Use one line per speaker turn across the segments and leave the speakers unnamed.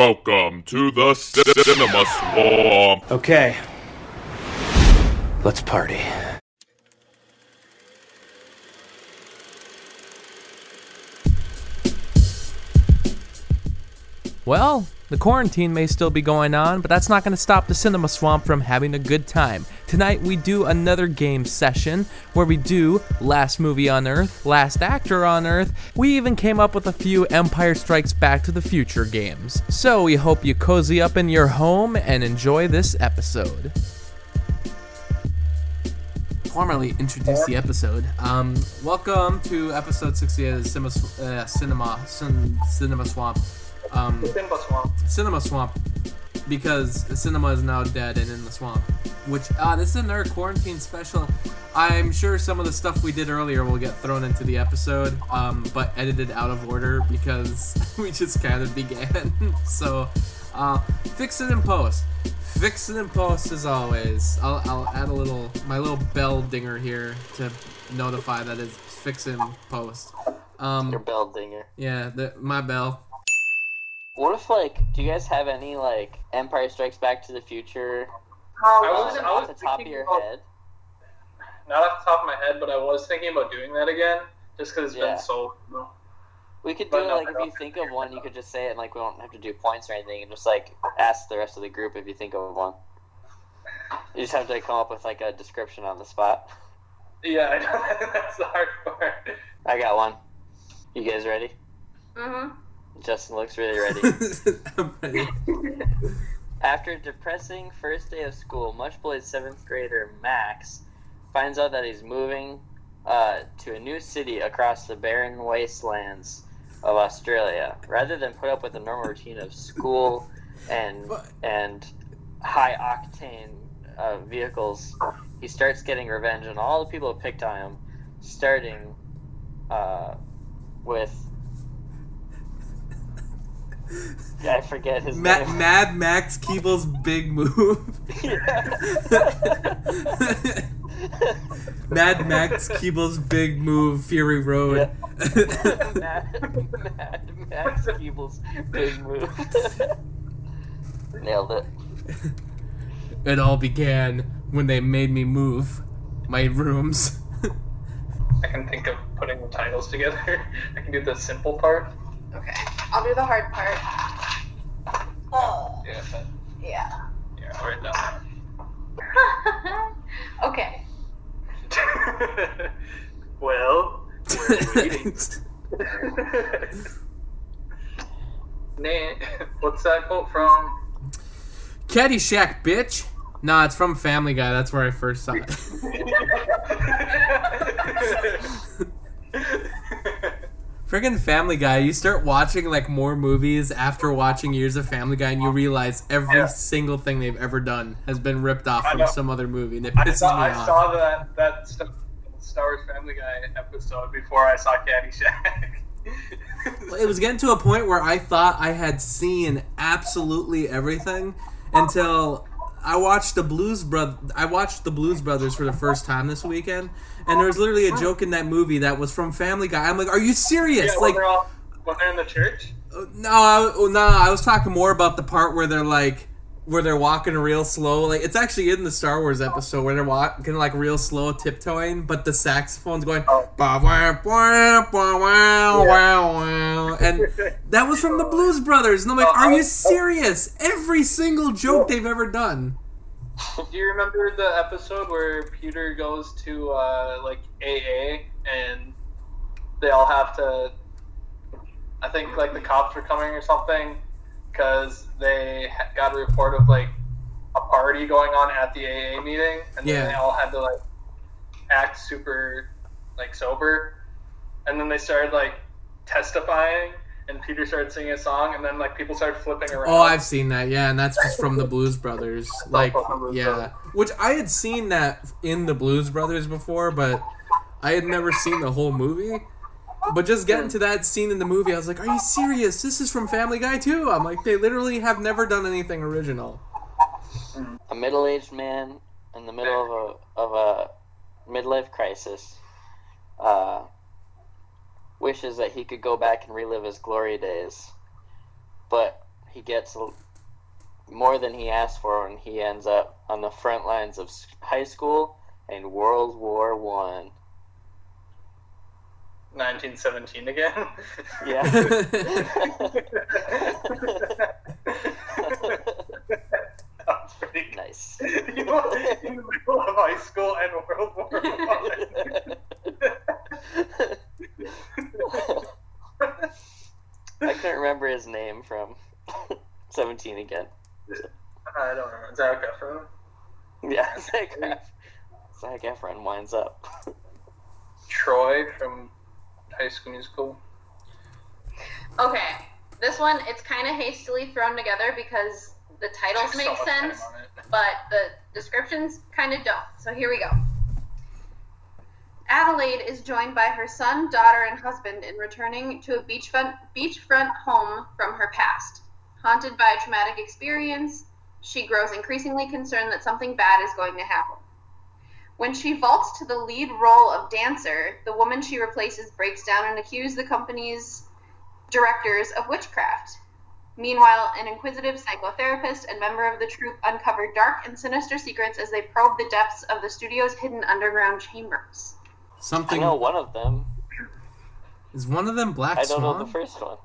Welcome to the c- Cinema Swamp.
Okay. Let's party.
Well, the quarantine may still be going on, but that's not going to stop the Cinema Swamp from having a good time. Tonight, we do another game session where we do Last Movie on Earth, Last Actor on Earth. We even came up with a few Empire Strikes Back to the Future games. So, we hope you cozy up in your home and enjoy this episode. Formally introduce the episode. Um, welcome to episode 68 of the Cinema, Sw- uh, Cinema, Cin- Cinema Swamp. Um,
Simba Swamp.
Cinema Swamp because cinema is now dead and in the swamp. Which uh, this is another quarantine special. I'm sure some of the stuff we did earlier will get thrown into the episode, um, but edited out of order because we just kind of began. so uh, fix it in post. Fix it in post as always. I'll, I'll add a little my little bell dinger here to notify that it's fix it in post.
Your
Um,
bell dinger.
yeah, the, my bell.
What if like, do you guys have any like Empire Strikes Back to the Future?
I
um,
was, I was
off the top of
thinking
your
about,
head.
Not off the top of my head, but I was thinking about doing that again, just because it's
Yeah.
been so. long.
We could do
But
it
no,
like
I
if
don't
you think of one, you could just say it, and like we don't have to do points or anything, and just like ask the rest of the group if you think of one. You just have to come up with like a description on the spot.
Yeah, I know that's the hard part.
I got one. You guys ready?
Mm-hmm.
Justin looks really ready.
I'm ready.
After a depressing first day of school, much bullied seventh grader Max finds out that he's moving uh, to a new city across the barren wastelands of Australia. Rather than put up with the normal routine of school and
What?
and high octane uh, vehicles, he starts getting revenge on all the people who picked on him, starting uh, with. I forget his
Ma-
name.
Mad Max Keeble's big move. Mad Max Keeble's big move, Fury Road.
Mad, Mad Max Keeble's big move. Nailed it.
it all began when they made me move my rooms.
I can think of putting the titles together. I can do the simple part.
Okay. I'll do the hard part. Oh,
Yeah,
yeah.
yeah, I'll write that.
okay.
down. well, name. What's that quote from?
Caddyshack, bitch. Nah, it's from Family Guy. That's where I first saw it. Friggin' Family Guy, you start watching like more movies after watching years of Family Guy, and you realize every
Yeah.
single thing they've ever done has been ripped off
I
from
know.
some other movie, and it
I
pisses
saw,
me
I
off.
saw that that stuff, Star Wars Family Guy episode before I saw Caddyshack.
it was getting to a point where I thought I had seen absolutely everything until I watched the Blues Brothers. I watched the Blues Brothers for the first time this weekend, and there was literally a joke in that movie that was from Family Guy. I'm like, are you serious?
yeah, when
like,
they're all when they're in the church.
uh, no, I, oh, no, I was talking more about the part where they're like. Where they're walking real slow, like it's actually in the Star Wars episode where they're walking like real slow, tiptoeing, but the saxophone's going,
Oh.
"Bah, wah, wah, wah, wah, wah, wah," and that was from the Blues Brothers, and I'm like, are you serious? Every single joke they've ever done.
Do you remember the episode where Peter goes to uh, like AA and they all have to? I think like the cops were coming or something because they ha- got a report of like a party going on at the AA meeting, and
Yeah.
then they all had to like act super like sober, and then they started like testifying, and Peter started singing a song, and then like people started flipping around.
Oh, I've seen that, yeah, and that's just from the Blues Brothers. Like, yeah, which I had seen that in the Blues Brothers before, but I had never seen the whole movie. But just getting to that scene in the movie, I was like, are you serious? This is from Family Guy too. I'm like, they literally have never done anything original.
A middle-aged man in the middle of a of a midlife crisis uh, wishes that he could go back and relive his glory days, but he gets l- more than he asked for when he ends up on the front lines of s- high school and World War One.
1917 again.
Yeah.
Sounds pretty good.
nice.
You were in the middle of high school and World War One.
I couldn't remember his name from 17 again.
I don't remember. Is that Efron?
Yeah, Zach, Ef- Zac Efron winds up.
Troy from High School Musical.
Okay, this one it's kind of hastily thrown together because the titles
Took so
make
much time
sense,
on it.
but the descriptions kind of don't. So here we go. Adelaide is joined by her son, daughter, and husband in returning to a beachfront beachfront home from her past. Haunted by a traumatic experience, she grows increasingly concerned that something bad is going to happen. When she vaults to the lead role of dancer, the woman she replaces breaks down and accuses the company's directors of witchcraft. Meanwhile, an inquisitive psychotherapist and member of the troupe uncover dark and sinister secrets as they probe the depths of the studio's hidden underground chambers.
I
Something
know one of them.
is one of them Black
I don't know the
Swan.
first one.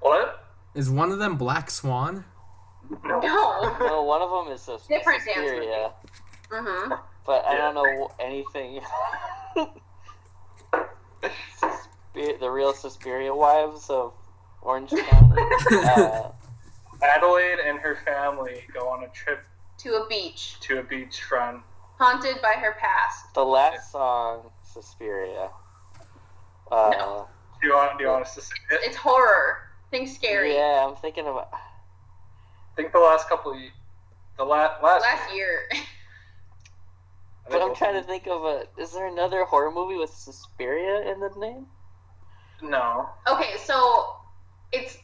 What?
Is one of them Black Swan?
No.
No, one of them is Sus-
Different dance
Suspiria,
Mm-hmm.
but I don't know wh- anything. Suspir- the real Suspiria wives of Orange County. Uh,
Adelaide and her family go on a trip
To a beach,
to a beachfront.
haunted by her past.
the last song, Suspiria. Uh,
No.
Do you want, do you want us to sing it?
It's horror. Think scary.
Yeah, I'm thinking of.
I think the last couple of ye- the la- last
Last year.
I
But
think
I'm trying to think of a. Is there another horror movie with Suspiria in the name?
No.
Okay, so it's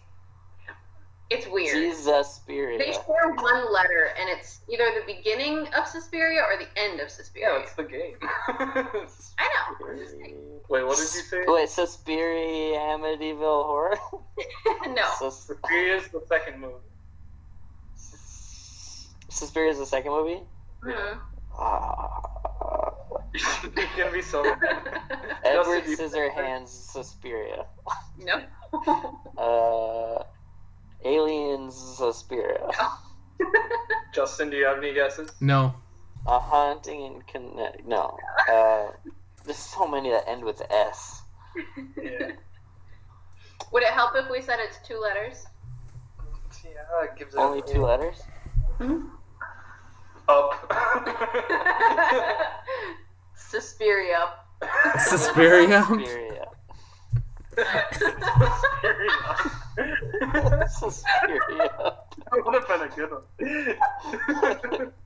it's weird.
Jesus
They
Spirit.
share one letter, and it's either the beginning of Suspiria or the end of
Yeah,
Suspiria.
that's the game.
I know. I'm just saying.
Wait, what did you say?
Wait, Suspiria Amityville Horror?
no.
Sus-
Here is the second movie.
Suspiria is the second movie?
Mhm.
Ah.
You're gonna be so.
Mm-hmm.
Edward
Justin, you-
Scissorhands Suspiria.
No.
Uh, Aliens Suspiria.
Justin, do you have any guesses?
No.
A Haunting in Connect. No. Uh, there's so many that end with S.
Yeah.
Would it help if we said it's two letters?
Yeah, it gives it
Only two letters?
up.
Suspiria.
Suspiria.
Suspiria. Suspiria.
Suspiria. That would have been a good one.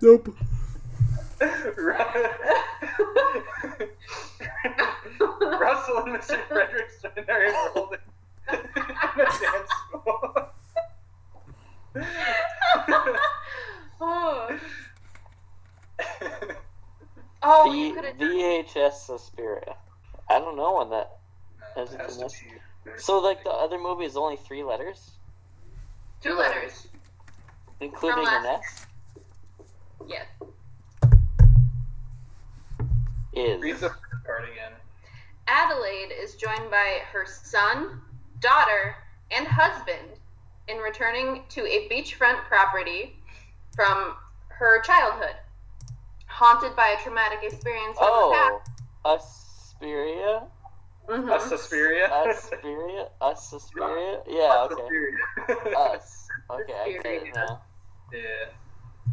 Nope.
Russell and Mr. Frederickson are enrolled in a dance school.
oh, oh,
Oh,
you could
V-
have
VHS Suspiria. I don't know when that. has it
Has
been
to
this-
be.
So, like, the other movie is only three letters,
two letters.
including
From
an
last-
S.
Yes.
Read
Is
the first part again.
Adelaide is joined by her son, daughter, and husband in returning to a beachfront property from her childhood. Haunted by a traumatic experience from
oh, Asperia,
the past. Mhm.
A Suspiria?
Asperia, Asperia. Yeah, okay. Us. Okay, I get it now.
Yeah.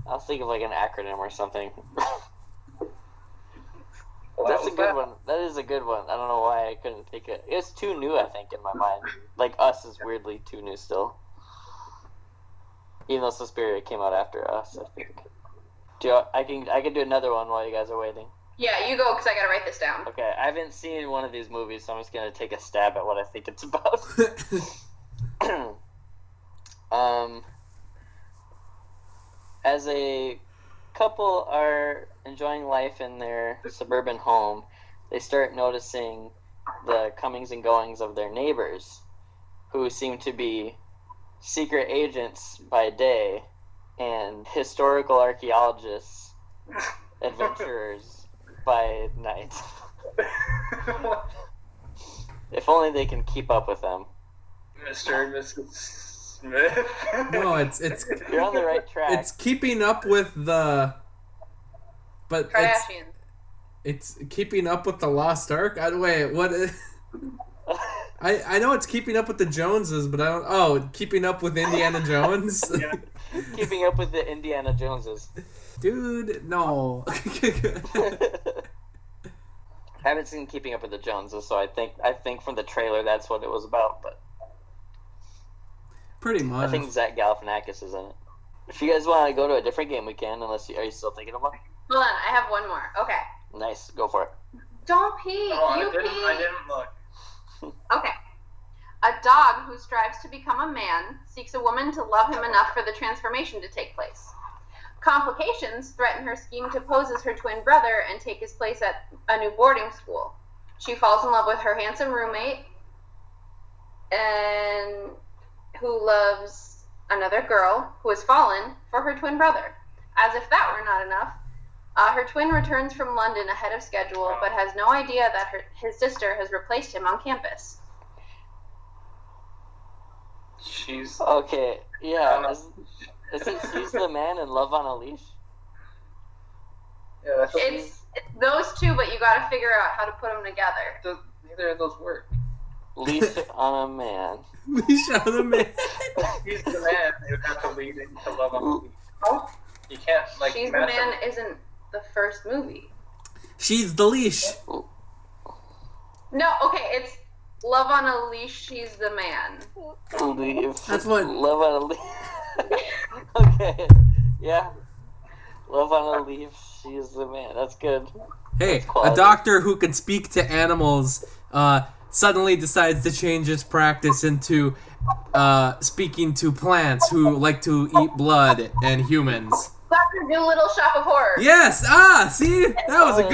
I was thinking of like an acronym or something.
Well,
That's a
that was
good
that.
one. That is a good one. I don't know why I couldn't think of. It's too new, I think, in my mind. Like Us is weirdly too new still. Even though Suspiria came out after Us, I think. Do you, I can I can do another one while you guys are waiting.
Yeah, you go because I gotta write this down.
Okay, I haven't seen one of these movies, so I'm just gonna take a stab at what I think it's about. um, as a couple are enjoying life in their suburban home, they start noticing the comings and goings of their neighbors, who seem to be secret agents by day, and historical archaeologists, adventurers by night. If only they can keep up with them.
Mr. and Mrs. Smith.
No, it's it's
You're on the right track.
it's keeping up with the. But it's
Kardashians.
it's keeping up with the Lost Ark. I, wait, what? is- I I know it's keeping up with the Joneses, but I don't. Oh, keeping up with Indiana Jones,
Yeah.
Keeping up with the Indiana Joneses.
dude. No.
I haven't seen Keeping Up with the Joneses, so I think I think from the trailer that's what it was about. But
Pretty
I
much.
think Zach Galifianakis is in it. If you guys want to go to a different game, we can. Unless you are you still thinking of one?
Hold on, I have one more. Okay.
Nice, go for it.
Don't pee.
Oh, I
you
didn't.
pee.
I didn't look.
Okay. A dog who strives to become a man seeks a woman to love him enough for the transformation to take place. Complications threaten her scheme to pose as her twin brother and take his place at a new boarding school. She falls in love with her handsome roommate and who loves another girl who has fallen for her twin brother. As if that were not enough, uh, her twin returns from London ahead of schedule, but has no idea that her, his sister has replaced him on campus.
She's.
Okay,
I
yeah.
don't
Is, is it She's the Man and Love on a Leash?
Yeah, that's
It's those two, but you got to figure out how to put them together.
does, neither of those work.
Leash on a Man.
Leash on the man.
He's the man who has to lead into love on the leash. You can't like.
She's the
match
Man
up-
isn't the first movie.
She's the leash.
No, okay, it's Love on a Leash. She's the Man.
Leave.
That's what-
Love on a Leash. okay, yeah. Love on a Leash. She's the Man. That's good.
Hey,
That's
a
quality.
doctor who can speak to animals uh, suddenly decides to change his practice into uh, speaking to plants who like to eat blood and humans.
Doctor Doolittle Shop of Horrors.
Yes! Ah, see? That was
Oh,
a
that's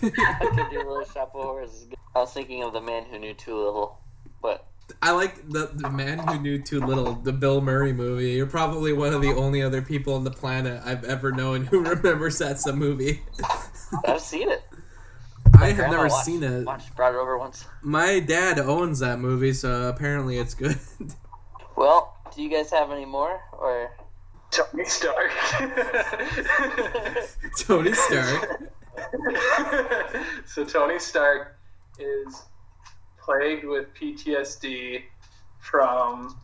good one.
I could do Little Shop of Horrors. is good. I was thinking of the man who knew too little, but
I like the, the man who knew too little, the Bill Murray movie. You're probably one of the only other people on the planet I've ever known who remembers that's a movie.
I've seen it.
I have
Grandma
never
watched-
seen it.
Watched, brought it over once.
My dad owns that movie, so apparently it's good.
Well, do you guys have any more, or
Tony Stark.
Tony Stark.
so Tony Stark is plagued with PTSD from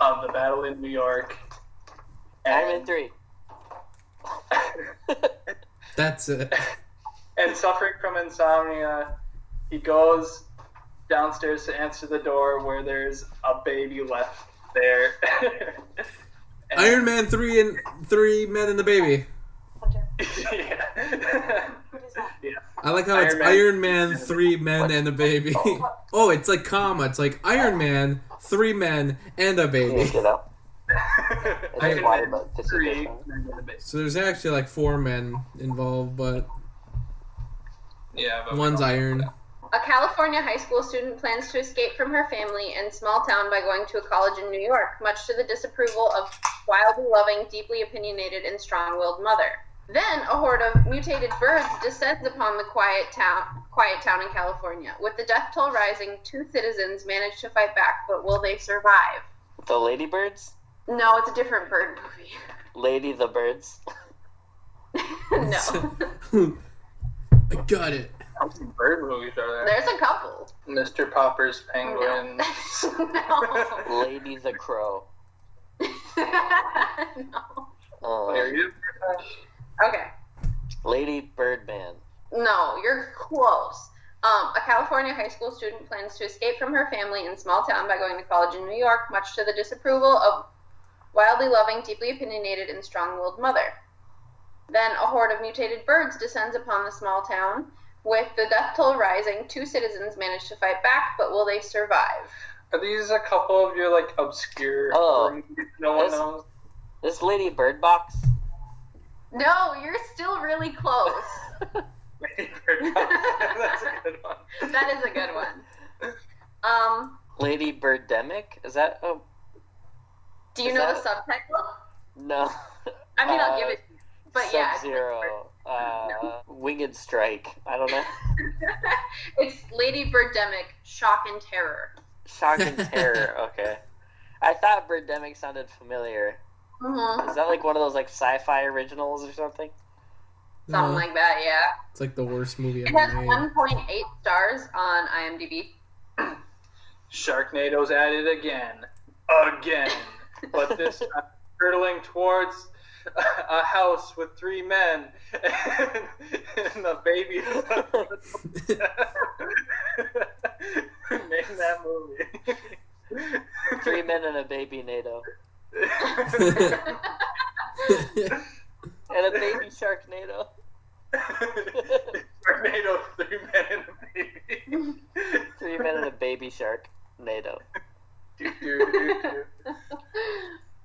um, the battle in New York.
I'm
Um,
in three.
That's it.
and suffering from insomnia, he goes downstairs to answer the door where there's a baby left there. And-
Iron Man three and three men and the baby.
yeah. yeah.
I like how it's
Iron Man.
Iron Man three men and a baby. oh, it's like comma. It's like Iron Man three men and a
Yeah,
baby.
get out.
I-
It's wide, but it's a
Three.
different-
So there's actually like four men involved, but
Yeah, but
one's Iron.
A California high school student plans to escape from her family and small town by going to a college in New York, much to the disapproval of wildly loving, deeply opinionated, and strong willed mother. Then a horde of mutated birds descends upon the quiet town quiet town in California. With the death toll rising, two citizens manage to fight back, but will they survive?
The Ladybirds,
No, it's a different bird movie.
Lady the Birds.
no.
I got it.
How many bird movies are there?
There's a couple.
Mr. Popper's Penguin.
Oh,
No.
Lady the Crow.
no.
Are
Um,
you?
Okay.
Lady Birdman.
No, you're close. Um, a California high school student plans to escape from her family in small town by going to college in New York, much to the disapproval of wildly loving, deeply opinionated, and strong-willed mother. Then a horde of mutated birds descends upon the small town. With the death toll rising, two citizens manage to fight back, but will they survive?
Are these a couple of your like obscure?
Oh.
movies no one
This-
knows.
This Lady Bird Box.
No, you're still really close.
Lady Bird. That's a good one.
that is a good one. Um,
Lady Birdemic? Is that oh
Do you
Is
know the
that-
subtitle?
no.
I mean, I'll
Uh,
give it. to you, But yeah, it's like-
Sub-Zero, uh, Winged Strike. I don't know.
it's Lady Birdemic, Shock and Terror.
Shock and Terror. Okay. I thought Birdemic sounded familiar.
Mm-hmm.
Is that like one of those like sci-fi originals or something?
Something
Uh,
like that, yeah.
it's like the worst movie
It
ever
has
made.
1.8 stars on IMDb.
Sharknado's at it again. Again. But this time, hurtling towards a house with three men and, and a baby. Name that movie.
Three men and a baby NATO. And a baby shark NATO.
Tornado, three men and a baby.
Three men and a baby shark NATO.
Do, do, do, do.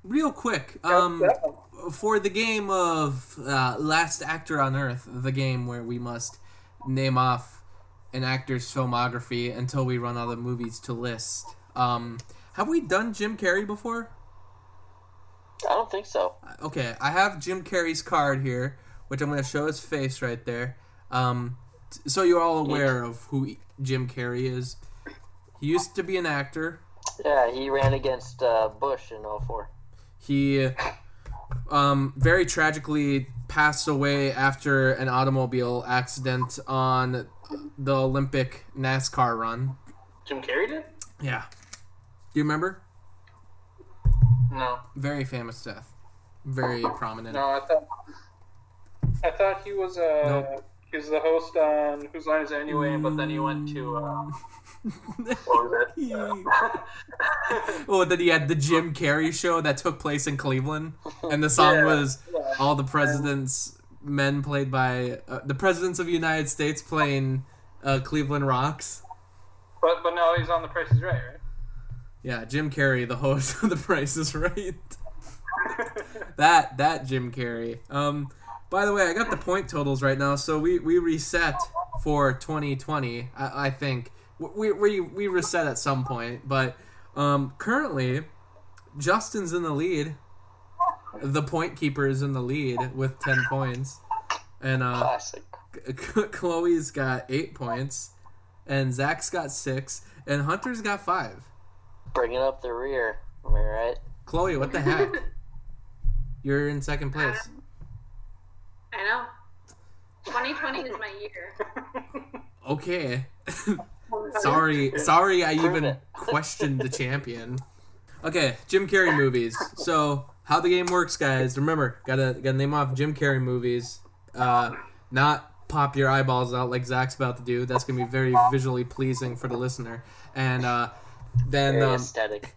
Real quick, um, for the game of uh, Last Actor on Earth, the game where we must name off an actor's filmography until we run out of movies to list. Um, have we done Jim Carrey before? Uh,
I don't think so.
Okay, I have Jim Carrey's card here, which I'm going to show his face right there. Um, t- so you're all aware of who Jim Carrey is. He used to be an actor.
Yeah, he ran against uh, Bush in 04.
He um, very tragically passed away after an automobile accident on the Olympic NASCAR run.
Jim Carrey did?
Yeah. Do you remember?
No.
Very famous death. Very prominent.
No, I thought I thought he was uh he was the host on Whose Line Is It Anyway, but then he went to um, what was it?
oh, then he had the Jim Carrey show that took place in Cleveland, and the song
Yeah.
was
Yeah.
all the presidents men played by uh, the presidents of the United States playing uh, Cleveland Rocks.
But but no, he's on The Price Is Right, right?
Yeah, Jim Carrey, the host of The Price is Right. that that Jim Carrey. Um, by the way, I got the point totals right now, so we we reset for 2020. I, I think we, we we reset at some point, but um, currently Justin's in the lead. The point keeper is in the lead with 10 points, and uh,
Classic.
Chloe's got eight points, and Zach's got six, and Hunter's got five.
Bringing up the rear. Am I right?
Chloe, what the heck? You're in second place.
I know. 2020 is my year.
Okay. sorry, sorry, I
Prove
even
it.
questioned the champion. Okay, Jim Carrey movies. So how the game works, guys? Remember, gotta gotta name off Jim Carrey movies. Uh, not pop your eyeballs out like Zach's about to do. That's gonna be very visually pleasing for the listener. And uh, then
Very
um,
aesthetic.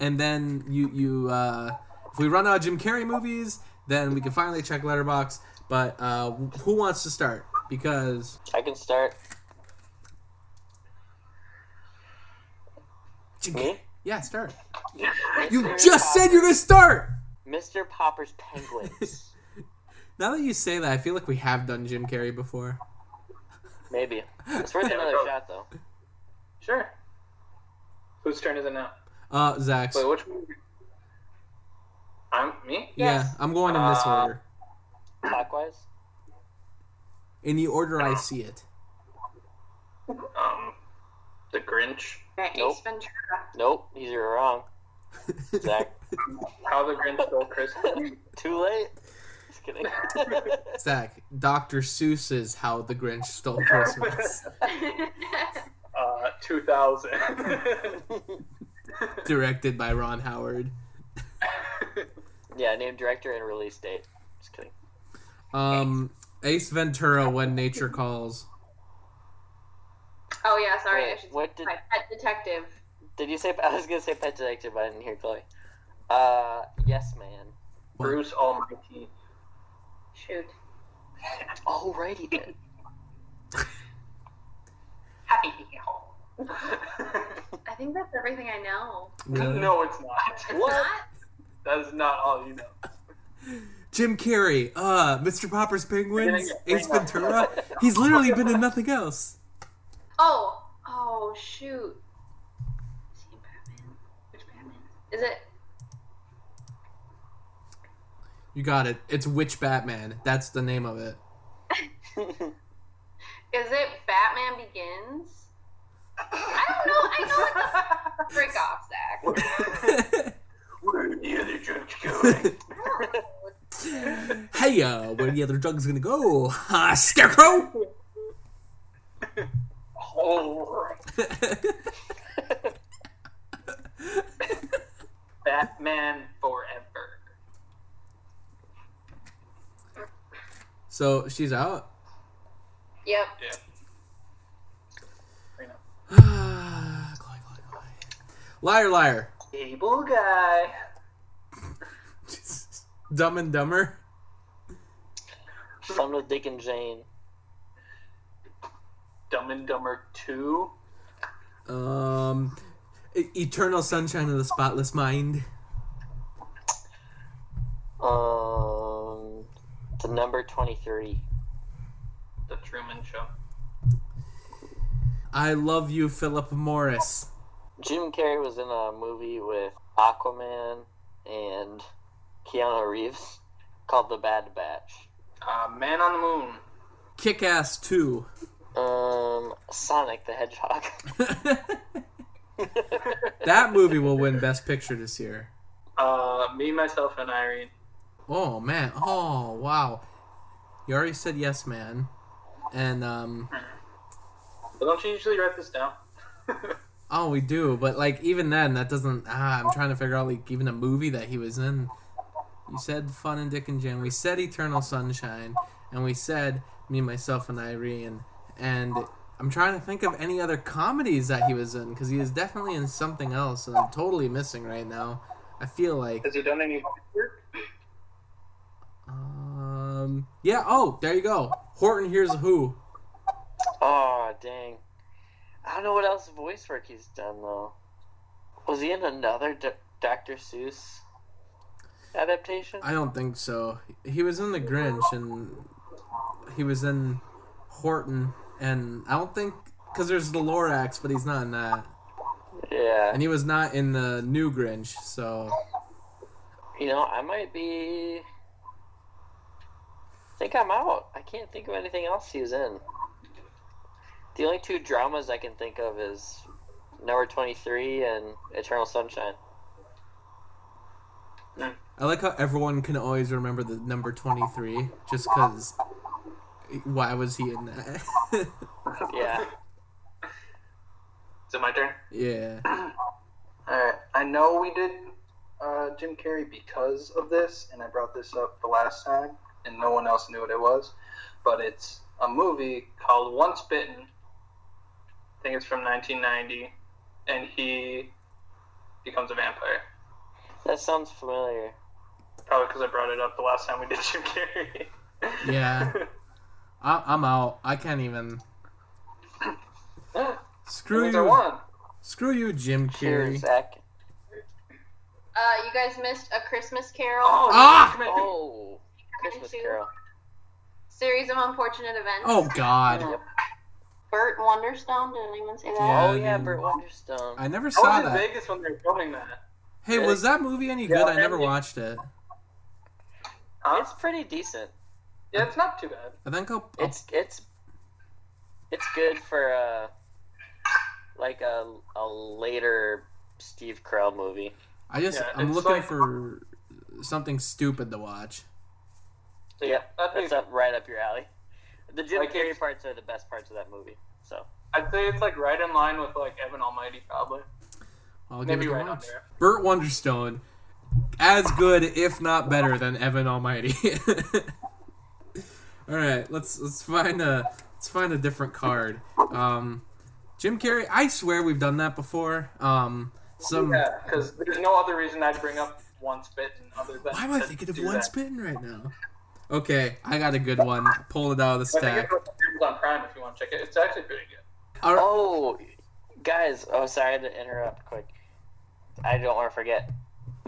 and then you you uh, if we run out of Jim Carrey movies, then we can finally check Letterbox. But uh, who wants to start? Because
I can start. Me?
yeah, start.
You
You just said you're gonna start.
Mr. Popper's Penguins.
Now that you say that, I feel like we have done Jim Carrey before.
Maybe. It's worth another shot, though.
Sure. Whose turn is it now?
Uh, Zach's.
Wait, which movie? I'm me?
Yeah, I'm going in this
Uh,
order,
Clockwise?
in the order I see it.
Um The Grinch.
Okay,
Nope.
Ace Ventura.
Nope, he's wrong. Zach.
How the Grinch Stole Christmas.
Too late? Just kidding.
Zach, Dr. Seuss's How the Grinch Stole Christmas,
Uh two thousand.
directed by Ron Howard.
yeah, name director and release date. Just kidding.
Um, Ace Ventura: When Nature Calls.
Oh yeah, sorry. I
Wait,
should say
what did
my pet detective.
did you say? I was gonna say Pet Detective, but I didn't hear Chloe. Uh, yes, man.
Bruce Almighty.
Shoot.
Oh, right, he did.
Happy Meal. I think that's everything I know.
Really?
No, it's not.
What?
That is not all you know.
Jim Carrey, uh, Mr. Popper's Penguins,
Didn't get
Ace
Penguins.
Ventura. He's literally been in nothing else.
Oh, oh shoot. Is it?
You got it. It's Witch Batman. That's the name of it.
Is it Batman Begins? I don't know. I know what the f- break off, Zach.
Where are the other drugs going?
hey, uh, where the other drug's gonna go? Uh, Scarecrow?
oh, Batman Forever.
so she's out.
Yep.
Yeah.
Cly, cly, cly. liar, liar.
Cable guy.
Dumb and Dumber.
Fun with Dick and Jane.
Dumb and Dumber 2.
Um, E- Eternal Sunshine of the Spotless Mind.
Um, the number twenty-three.
The Truman Show.
I love you, Philip Morris.
Jim Carrey was in a movie with Aquaman and Keanu Reeves called The Bad Batch.
Uh, Man on the Moon.
Kick Ass 2.
Um, Sonic the Hedgehog.
That movie will win Best Picture this year.
Uh, me, myself, and Irene.
Oh, man. Oh, wow. You already said yes, man. And, um,
But don't you usually write this down?
oh, we do. But, like, even then, that doesn't. Ah, I'm trying to figure out, like, even a movie that he was in. You said Fun and Dick and Jane. We said Eternal Sunshine. And we said Me, Myself, and Irene. And I'm trying to think of any other comedies that he was in because he is definitely in something else that I'm totally missing right now. I feel like.
Has he done any work?
Um. Yeah. Oh, there you go. Horton here's a who.
oh, dang. I don't know what else voice work he's done though. Was he in another D- Dr. Seuss adaptation?
I don't think so. He was in The Grinch, and he was in Horton, and I don't think because there's the Lorax, but he's not in that,
yeah.
and he was not in the new Grinch. So
You know, I might be. I think I'm out. I can't think of anything else he was in. The only two dramas I can think of is Number 23 and Eternal Sunshine.
I like how everyone can always remember the number twenty three, just because. Why was he in that?
Yeah.
Is it my turn?
yeah.
Alright, I know we did uh, Jim Carrey because of this, and I brought this up the last time, and no one else knew what it was. But it's a movie called Once Bitten. I think it's from 1990, and he becomes a vampire.
That sounds familiar.
Probably because I brought it up the last time we did Jim Carrey.
Yeah. I- I'm out. I can't even.
That
Screw
means I
you.
won.
Screw you, Jim
Cheers,
Carrey.
Zach.
Uh, you guys missed A Christmas Carol.
Oh,
Ah!
come here.
Oh, Christmas
Two.
Carol.
Series of unfortunate events.
Oh God.
Yep.
Bert Wonderstone. Did anyone say that?
Yeah,
Oh, yeah,
dude.
Burt Wonderstone.
I never
I
saw
was in
that.
Vegas when they were filming that.
Hey, was that movie any
Yeah,
good? I never
Andy.
watched it.
Huh?
It's pretty decent.
yeah, it's not too bad.
I think I'll. I'll
It's it's it's good for uh like a a later Steve Carell movie.
I just
yeah,
I'm
it's
looking
like-
for something stupid to watch.
So yeah, that'd be
That's up right up your alley. The Jim
Like
Carrey
it's-
parts are the best parts of that movie. So
I'd say it's like right in line with like Evan Almighty, probably.
I'll give
Maybe
it a
right on
watch.
there.
Burt Wonderstone, as good if not better than Evan Almighty. All right, let's let's find a let's find a different card. Um, Jim Carrey. I swear we've done that before. Um, some.
Yeah, because there's no other reason I'd bring up once bitten other than.
Why am I
to
thinking of
do
one
that.
spitting right now? Okay, I got a good one. Pulled it out of the
I think
stack.
it's on Amazon Prime if you want to check it. It's actually pretty good.
All right,
Oh guys, oh sorry to interrupt quick. I don't wanna forget.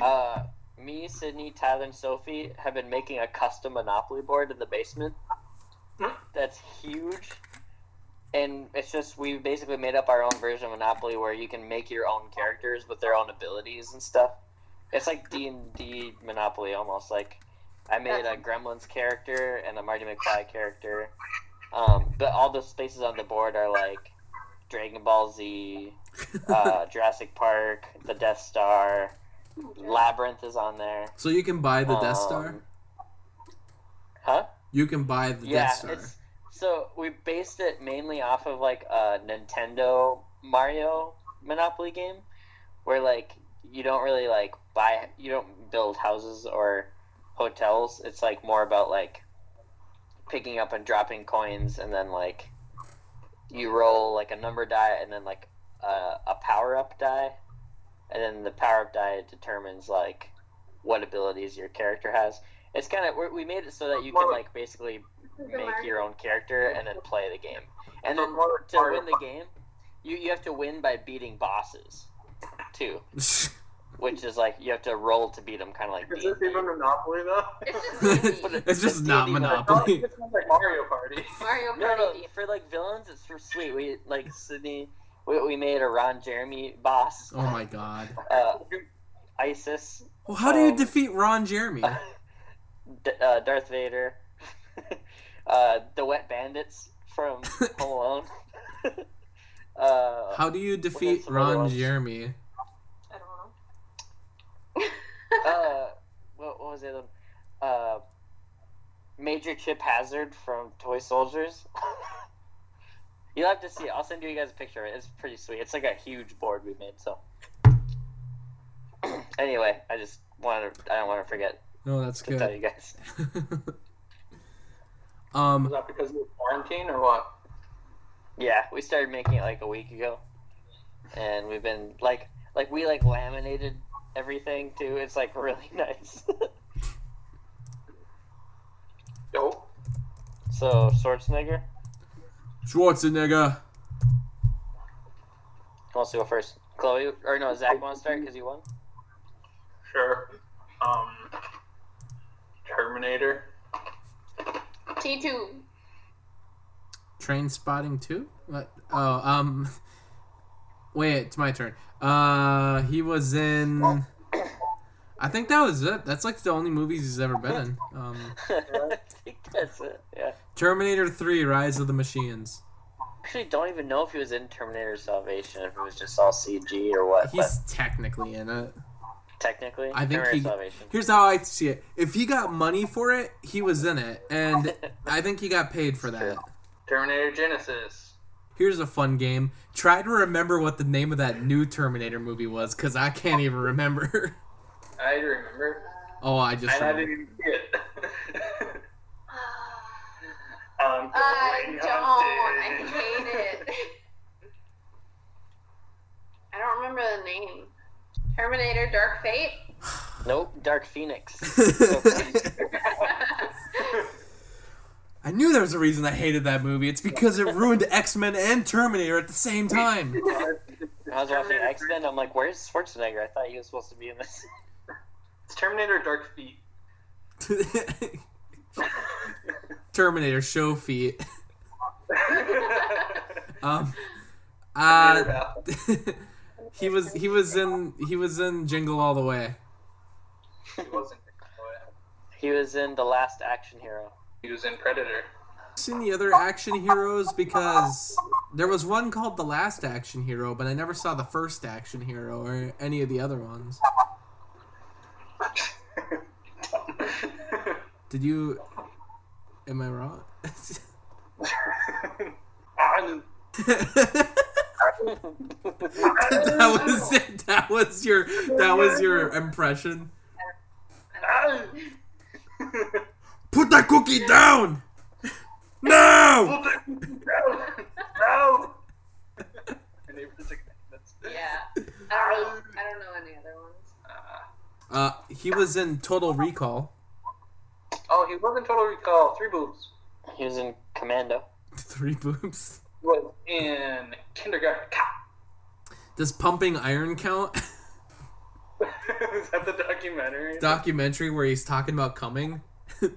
Uh me, Sydney, Tyler, and Sophie have been making a custom Monopoly board in the basement. That's huge. And it's just we basically made up our own version of Monopoly where you can make your own characters with their own abilities and stuff. It's like D and D Monopoly almost. Like I made a Gremlins character and a Marty McFly character, um, but all the spaces on the board are like Dragon Ball Z, uh, Jurassic Park, the Death Star, Labyrinth is on there.
So you can buy the Death
Um,
Star.
Huh?
You can buy the
yeah,
Death Star.
it's so we based it mainly off of like a Nintendo Mario Monopoly game, where like you don't really like buy, you don't build houses or hotels. It's like more about like picking up and dropping coins, and then like you roll like a number die, and then like a, a power up die, and then the power up die determines like what abilities your character has. It's kind of we made it so that you can like basically make your own character and then play the game. And then to win the game, you, you have to win by beating bosses, too. Which is like you have to roll to beat them, kind of like.
Is this
D&D.
even Monopoly though?
It's just
But
D&D.
it-
it's just
it's
not
D&D, but
I thought
Monopoly.
This sounds like Mario Party.
Mario
No, no,
Party.
for like villains, it's for sweet. We like Sydney. We, we made a Ron Jeremy boss,
Oh my god.
uh, ISIS,
Well, how do you
Um, uh,
defeat Ron Jeremy?
D- uh, Darth Vader, uh, the Wet Bandits from Home Alone. uh,
How do you defeat
some other
Ron
ones.
Jeremy?
I don't know.
uh, what, what was the other? one? Uh, Major Chip Hazard from Toy Soldiers. You'll have to see. it. I'll send you guys a picture of it. It's pretty sweet. It's like a huge board we made. So, anyway, I just wanted. To, I don't want to forget
No, Oh, that's
to tell you
good.
guys.
Was
um,
that because of the quarantine or what?
Yeah, we started making it like a week ago, and we've been like, like we like laminated everything too. It's like really nice.
Nope.
so Schwarzenegger
Schwarzenegger.
who wants to go first. Chloe or no, Zach wants to start because you won.
Sure. Um, Terminator.
T2.
Train Spotting 2? What? Oh, um. Wait, it's my turn. Uh, he was in. I think that was it. That's like the only movies he's ever been in. Um,
I think that's it. Yeah.
Terminator 3 Rise of the Machines.
Actually, don't even know if he was in Terminator Salvation, if it was just all CG or what. But
He's technically in it.
technically,
I think
Terminator
he-
Salvation.
Here's how I see it if he got money for it, he was in it. And I think he got paid for that.
Terminator Genesis.
Here's a fun game. Try to remember what the name of that new Terminator movie was, because I can't even remember.
I remember.
oh, I just.
And I
remembered.
didn't even see it.
Oh
um,
I don't. Uh, I hate it. I don't remember the name. Terminator Dark Fate?
Nope, Dark Phoenix.
I knew there was a reason I hated that movie. It's because it ruined X Men and Terminator at the same time.
I was watching X Men. I'm like, where's Schwarzenegger? I thought he was supposed to be in this.
It's Terminator Dark Feet.
Terminator show feet. Um, uh,
Yeah.
he was he was in he was in Jingle All the Way.
he wasn't.
He was in the Last Action Hero.
He was in Predator.
Seen the other action heroes because there was one called The Last Action Hero, but I never saw the first action hero or any of the other ones. Did you? Am I wrong?
I'm-
that was it. That was your that was your impression.
I'm-
Put that cookie down. No.
no, no. My neighbor's like, that's-
Yeah. I don't know. I don't know any other ones.
Uh, he was in Total Recall.
Oh, he was in Total Recall. Three boobs.
He was in Commando.
Three boobs.
He was in Kindergarten Cop.
Does pumping iron count?
Is that the documentary?
Documentary where he's talking about coming.
Are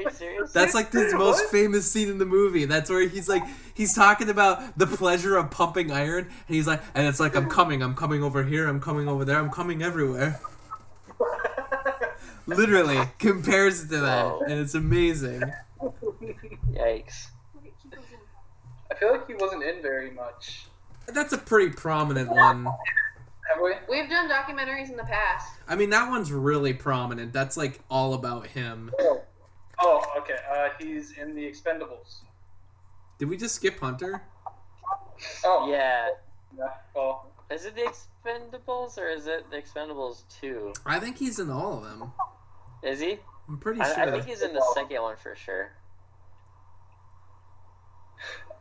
you serious?
That's like the most famous scene in the movie. That's where he's like, he's talking about the pleasure of pumping iron, and he's like, and it's like, I'm coming, I'm coming over here, I'm coming over there, I'm coming everywhere. Literally compares it to that,
Wow.
and it's amazing.
Yikes.
I feel like he wasn't in very much.
That's a pretty prominent one.
Have we?
We've done documentaries in the past.
I mean, that one's really prominent. That's like all about him.
Oh, oh okay. Uh, he's in the Expendables.
Did we just skip Hunter?
Oh,
Yeah.
yeah. Oh,
Is it the Expendables or is it the Expendables 2?
I think he's in all of them.
Is he?
I'm pretty
I,
sure.
I think he's in the second one for sure.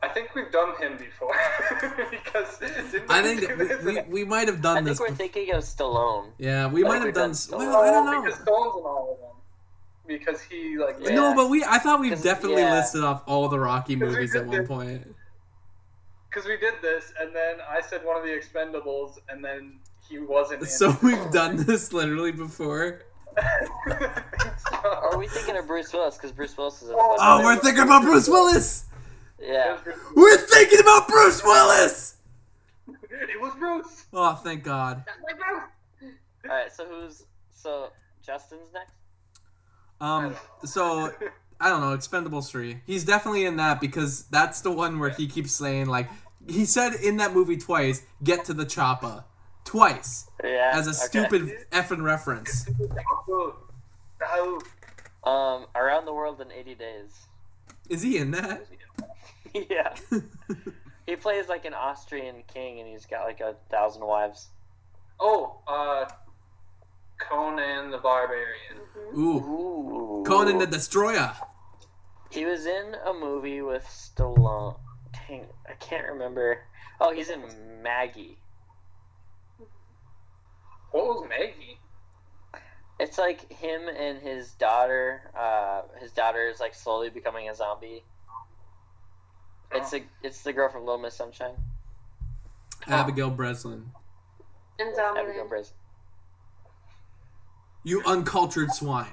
I think we've done him before because didn't
I
we
think
do
that
this
we, we,
in-
we might have
I
done
think
this.
we're
bef-
thinking of Stallone.
yeah, we
I
might
think
have
we've
done.
done
s-
Stallone.
Well, I don't
Oh,
know.
Because Stone's in all of them. Because he like
Yeah.
No, but we. I thought we
'Cause-
definitely
yeah.
listed off all the Rocky
'Cause we
movies at
did
one
this.
point.
Because we did this, and then I said one of the Expendables, and then he wasn't. in
So
it.
we've done this literally before.
Or are we thinking of Bruce Willis? Because Bruce Willis is in the
Oh,
Oh, we're thinking about Bruce Willis.
Yeah.
We're thinking about Bruce Willis.
it was Bruce.
Oh, thank God.
Sounds like Bruce.
Alright, so who's. So, Justin's next?
Um. So I don't know, Expendables 3. He's definitely in that because that's the one where he keeps saying, like, he said in that movie twice, get to the choppa. Twice.
Yeah.
As a
okay.
stupid effing reference.
Oh,
Um, Around the World in 80 Days.
Is he in that?
yeah. He plays like an Austrian king and he's got like a thousand wives.
oh, uh, Conan the Barbarian.
Mm-hmm.
Ooh.
Ooh.
Conan the Destroyer.
He was in a movie with Stallone. Dang, I can't remember. Oh, he's in Maggie.
What was Maggie?
It's like him and his daughter. Uh, his daughter is like slowly becoming a zombie. It's a, it's the girl from Little Miss Sunshine.
Abigail Breslin.
And
Abigail
Zombieland.
Breslin.
You uncultured swine.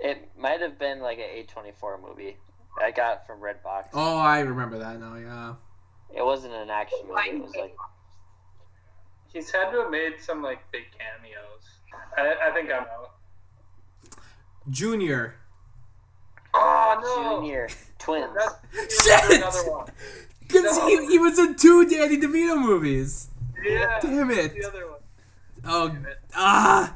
It might have been like an A24 movie. I got it from Redbox.
Oh, I remember that now, yeah.
It wasn't an action movie. It was like
He's had to have made some like big cameos. I, I think I know.
Junior. Ah,
Oh
Junior Twins.
That's
Shit!
another one.
Because he, he was in two Danny DeVito movies.
Yeah,
Damn it.
the other one.
Oh, ah.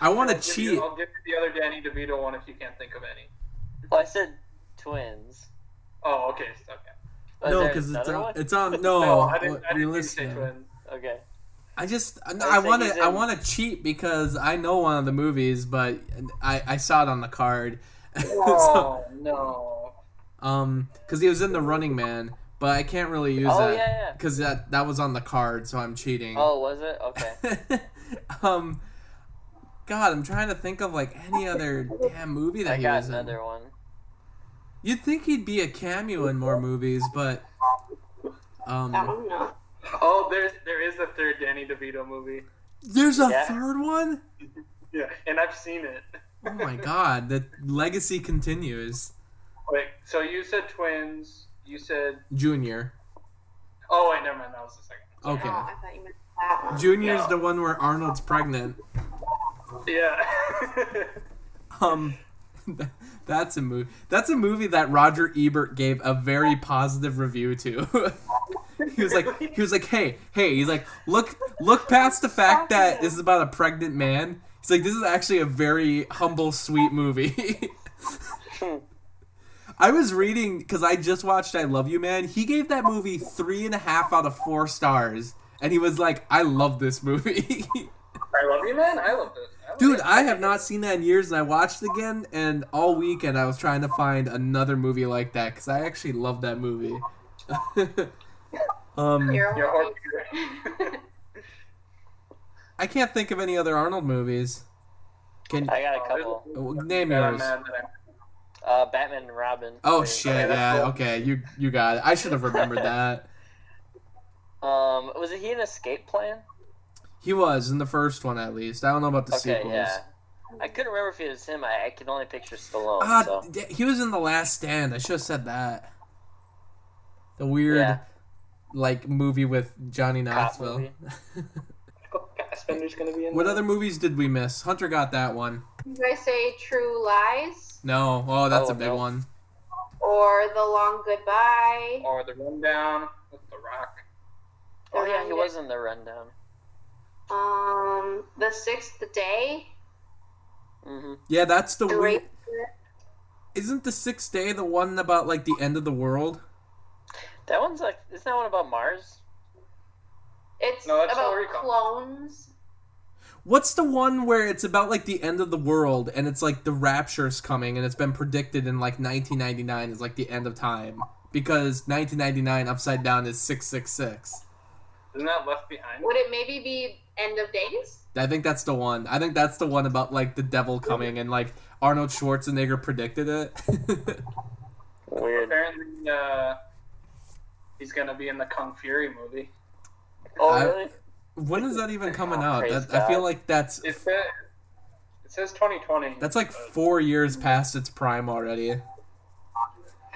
I want to
Give you-
cheat.
I'll give you the other Danny DeVito one if you can't think of any.
Well, I said twins.
Oh, okay, it's okay.
Was
no,
there
because it's
another
on,
one?
it's on. No,
No, I didn't.
Oh, what-
I
we
didn't
listen.
say twins.
Okay.
I just I- no,
I
I
think
want
he's
to I
in-
want to cheat because I know one of the movies, but I I saw it on the card. so,
Oh no.
um, because he was in the Running Man, but I can't really use
Oh
that
yeah, yeah.
because that that was on the card, so I'm cheating.
Oh, was it? Okay.
um, God, I'm trying to think of like any other damn movie that
I
he
got
was in.
another one.
You'd think he'd be a cameo in more movies, but um,
Oh, there's there is a third Danny DeVito movie.
there's a
Yeah.
third one.
Yeah, and I've seen it.
Oh my God, the legacy continues.
Wait, so you said twins. You said.
Junior.
Oh wait, never mind. That was the second.
Okay.
Oh, I thought you meant that one.
Junior's
Yeah.
the one where Arnold's pregnant.
one. Yeah.
Um, that's a movie. That's a movie that Roger Ebert gave a very positive review to. he was like, he was like, hey, hey. He's like, look, look past the fact that this is about a pregnant man. He's like, this is actually a very humble, sweet movie. I was reading because I just watched "I Love You, Man." He gave that movie three and a half out of four stars, and he was like, "I love this movie."
I love you, man. I love this. I love
Dude,
it.
I have not seen that in years, and I watched it again, and all weekend I was trying to find another movie like that because I actually love that movie. um,
You're
You're
welcome.
hard-
I can't think of any other Arnold movies. Can
I got a couple.
oh, name
Yeah, I'm
yours?
mad that
Uh, Batman and Robin.
Oh
Three.
shit!
Okay, that's
Yeah,
cool.
okay, you you got it. I should have remembered that.
Um, was he an escape plan?
He was in the first one, at least. I don't know about the
Okay,
sequels.
yeah. I couldn't remember if it was him. I, I can only picture Stallone.
Ah,
so.
d- he was in the Last Stand. I should have said that. The weird,
Yeah.
like movie with Johnny
Cop
Knoxville.
Aspender's gonna be in.
what
there.
other movies did we miss? Hunter got that one.
You guys say True Lies
No, oh, that's
Oh,
a big
no.
one.
or The Long Goodbye.
Or the rundown with the Rock.
Oh yeah, he was in the rundown.
Um, The Sixth Day.
hmm
Yeah, that's the
The
weird.
Rape.
Isn't the sixth day the one about like the end of the world?
That one's like, isn't that one about Mars?
It's
No, that's
about
Total Recall.
clones.
What's the one where it's about like the end of the world and it's like the rapture's coming and it's been predicted in like 1999 is like the end of time because 1999 upside down is 666.
Isn't that Left Behind?
Would it maybe be End of Days?
I think that's the one. I think that's the one about like the devil coming and like Arnold Schwarzenegger predicted it.
Weird.
Apparently, uh, he's gonna be in the Kung Fury movie.
Oh
I-
really?
when is that even coming
Oh,
out?
praise
That, I feel
God.
like that's
It says, it says 2020.
that's like
but
four years past its prime already.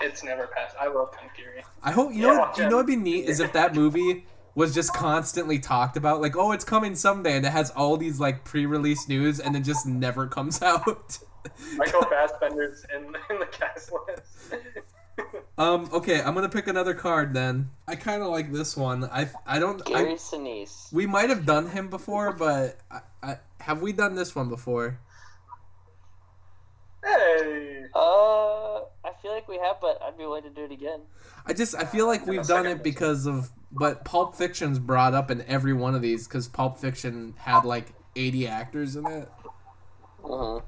it's never passed. I love Kung Fury.
I hope you
Yeah,
know.
watch
You
out.
know, what'd be neat is if that movie was just constantly talked about, like, oh, it's coming someday, and it has all these like pre-release news, and it just never comes out.
Michael Fassbender's in, in the cast list.
um. Okay, I'm gonna pick another card then. I kind of like this one. I I don't.
Gary
I,
Sinise.
we might have done him before, but I, I, have we done this one before?
hey.
Uh, I feel like we have, but I'd be willing to do it again.
I just I feel like we've done it because of but Pulp Fiction's brought up in every one of these because Pulp Fiction had like 80 actors in it. Mm-hmm.
Mhm.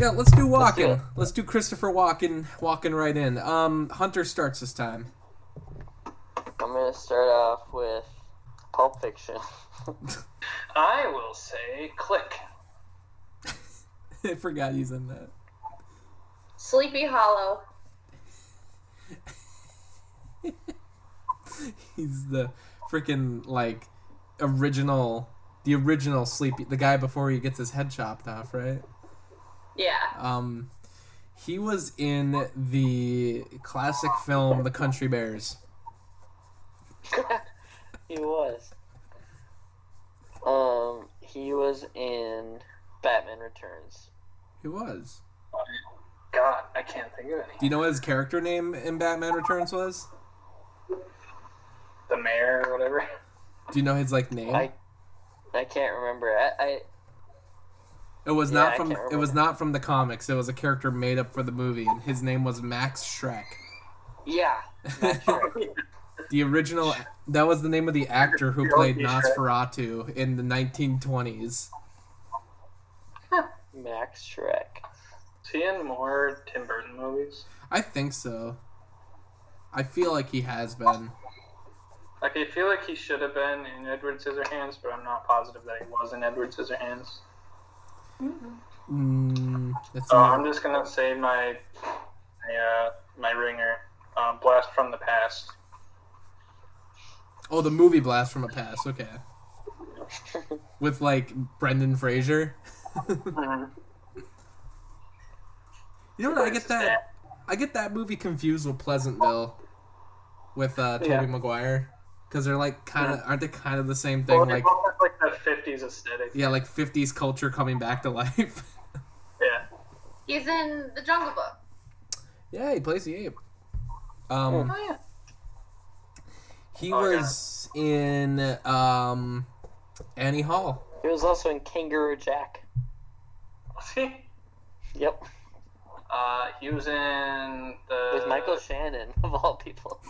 Yeah, let's do
Let's do
walking.
it.
Let's do, Christopher walking, walking right in. Um, Hunter starts this time.
I'm gonna start off with Pulp Fiction.
I will say click.
I forgot he's in that.
Sleepy Hollow.
He's the freaking like original, the original sleepy, the guy before he gets his head chopped off, right?
Yeah.
Um, he was in the classic film The Country Bears.
he was. Um, he was in Batman Returns.
He was.
God, I can't think of any.
Do you know what his character name in Batman Returns was?
The mayor or whatever.
Do you know his like name?
I, I can't remember. I, I
It was
Yeah,
not
I
from
can't
it was
remember.
not from the comics. It was a character made up for the movie, and his name was Max Shrek.
yeah. Not sure.
The original that was the name of the actor who
You're
played
okay, Shrek.
Nosferatu in the 1920s.
Max Shrek.
Is he in more Tim Burton movies?
I think so. I feel like he has been.
Like I feel like he should have been in Edward Scissorhands, but I'm not positive that he was in Edward Scissorhands.
Mm, that's
So
not-
I'm just gonna say my my, uh, my ringer, um, blast from the past.
oh, the movie Blast from a Past. Okay, with like Brendan Fraser. You know what? I get that. I get that movie confused with Pleasantville, with uh, Tobey
Yeah.
Maguire, because they're like kind of aren't they kind of the same thing?
Well, they
like
both have, like that '50s aesthetic.
yeah, like '50s culture coming back to life.
Yeah.
He's in The Jungle Book.
yeah, he plays the ape. Um,
yeah.
he
Oh, yeah.
was in um, Annie Hall.
He was also in Kangaroo Jack.
See,
Yep.
uh, he was in the.
With Michael Shannon of all people.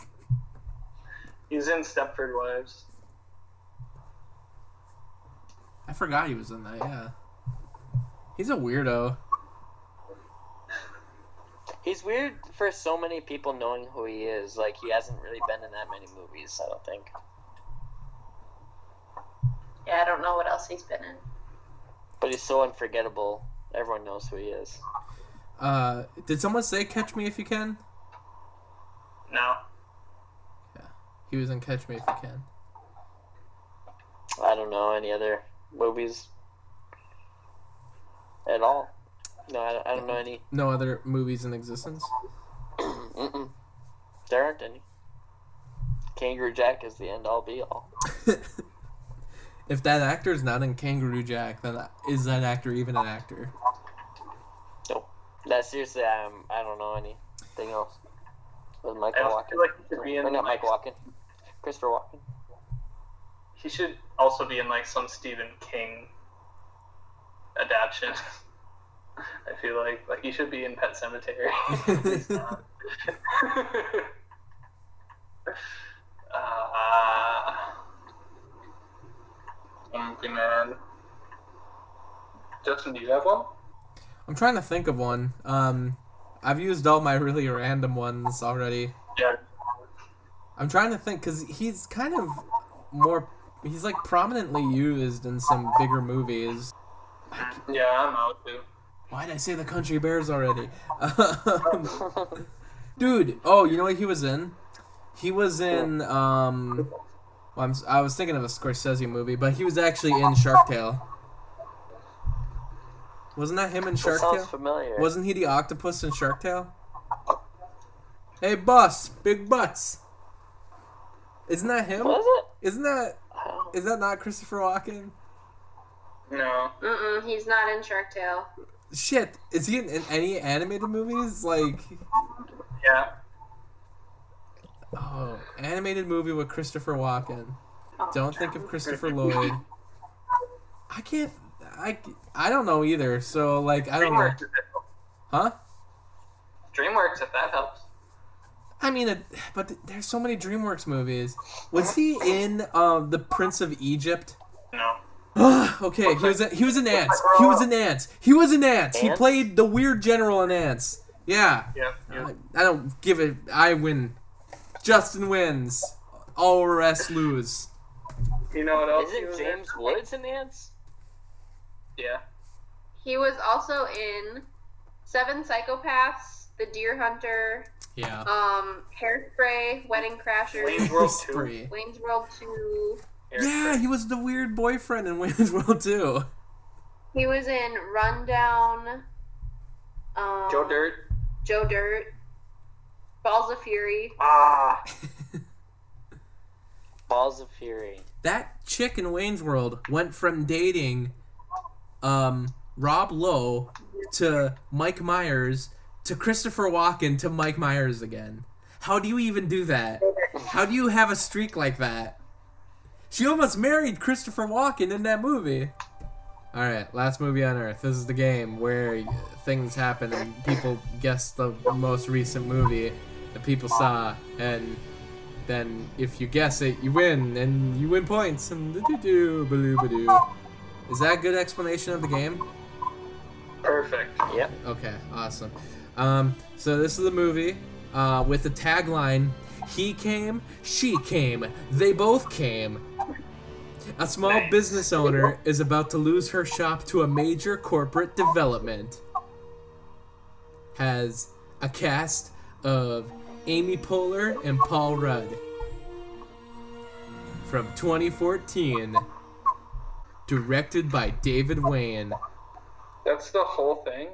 He was in Stepford Wives.
I forgot he was in that. Yeah, he's a weirdo.
He's weird for so many people knowing who he is. Like he hasn't really been in that many movies. I don't think.
Yeah, I don't know what else he's been in.
But he's so unforgettable. Everyone knows who he is.
Uh, did someone say "Catch Me If You Can"?
No.
He was in "Catch Me If You Can."
I don't know any other movies at all. No, I, I don't know any.
No other movies in existence.
Mm-mm. There aren't any. Kangaroo Jack is the end all be all.
If that actor is not in Kangaroo Jack, then is that actor even an actor?
That seriously, I'm, I don't know anything else. With
I
Michael
also
Walken.
feel like he should be in
or not
like,
Michael Walken. Christopher Walken.
he should also be in like some Stephen King adaptation. I feel like like he should be in Pet Cemetery. He's not. uh, Monkey Man. Justin, do you have one?
I'm trying to think of one. Um, I've used all my really random ones already.
Yeah.
I'm trying to think because he's kind of more. He's like prominently used in some bigger movies.
Yeah, I'm out too.
Why did I say the Country Bears already? Um, dude, oh, you know what he was in? He was in. Um, well, I'm, si was thinking of a Scorsese movie, but he was actually in Shark Tale. Wasn't that him in
That
Shark
sounds
Tale?
familiar.
Wasn't he the octopus in Shark Tale? Hey, boss, big butts. Isn't that him?
Was it?
Isn't that
I don't
is that not Christopher Walken?
No.
Mm-mm, he's not in Shark Tale.
Shit, is he in, in any animated movies? Like,
Yeah.
oh, animated movie with Christopher Walken. Don't think of Christopher Lloyd. I can't. I I don't know either. So like, I don't know.
DreamWorks. if it helps.
Huh?
DreamWorks, if that helps.
I mean, it, but there's so many DreamWorks movies. Was he in um, the Prince of Egypt?
No.
okay, he was in, he was in ants. He was in ants. He was in ants. He
Ants?
played the weird general in ants. Yeah.
Yeah. yeah.
I, I don't give it. I win. Justin wins. All rest lose.
You know what
know.
else? he
Isn't
was in?
James Woods in the ants?
Yeah.
He was also in Seven Psychopaths, The Deer Hunter,
Yeah.
um, Hairspray, Wedding
Wayne's
Crashers,
World
He's
2.
free.
Wayne's World 2.
Yeah, he was the weird boyfriend in Wayne's World too.
He was in Rundown. Um,
Joe Dirt.
Joe Dirt. Balls of Fury.
Ah.
Balls of Fury.
That chick in Wayne's World went from dating, um, Rob Lowe to Mike Myers to Christopher Walken to Mike Myers again. How do you even do that? How do you have a streak like that? She almost married Christopher Walken in that movie. All right, last movie on Earth. This is the game where things happen and people guess the most recent movie that people saw, and then if you guess it, you win, and you win points. And do do do Is that a good explanation of the game?
Perfect.
Yep.
Okay, awesome. Um, so this is the movie uh, with the tagline: "He came, she came, they both came." A small
Nice.
business owner is about to lose her shop to a major corporate development. Has a cast of Amy Poehler and Paul Rudd from 2014, directed by David Wayne.
That's the whole thing.